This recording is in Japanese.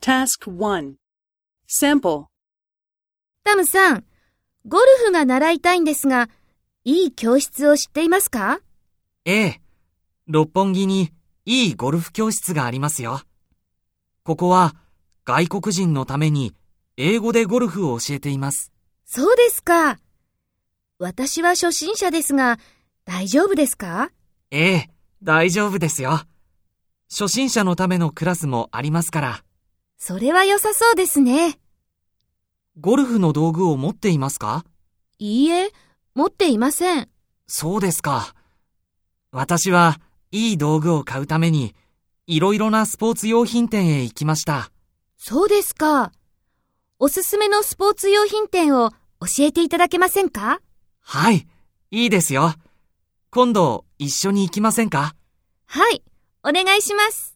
Task 1 Sample タムさん、ゴルフが習いたいんですが、いい教室を知っていますかええ。六本木にいいゴルフ教室がありますよ。ここは外国人のために英語でゴルフを教えています。そうですか。私は初心者ですが、大丈夫ですかええ、大丈夫ですよ。初心者のためのクラスもありますから。それは良さそうですね。ゴルフの道具を持っていますかいいえ、持っていません。そうですか。私はいい道具を買うために、いろいろなスポーツ用品店へ行きました。そうですか。おすすめのスポーツ用品店を教えていただけませんかはい、いいですよ。今度一緒に行きませんかはい、お願いします。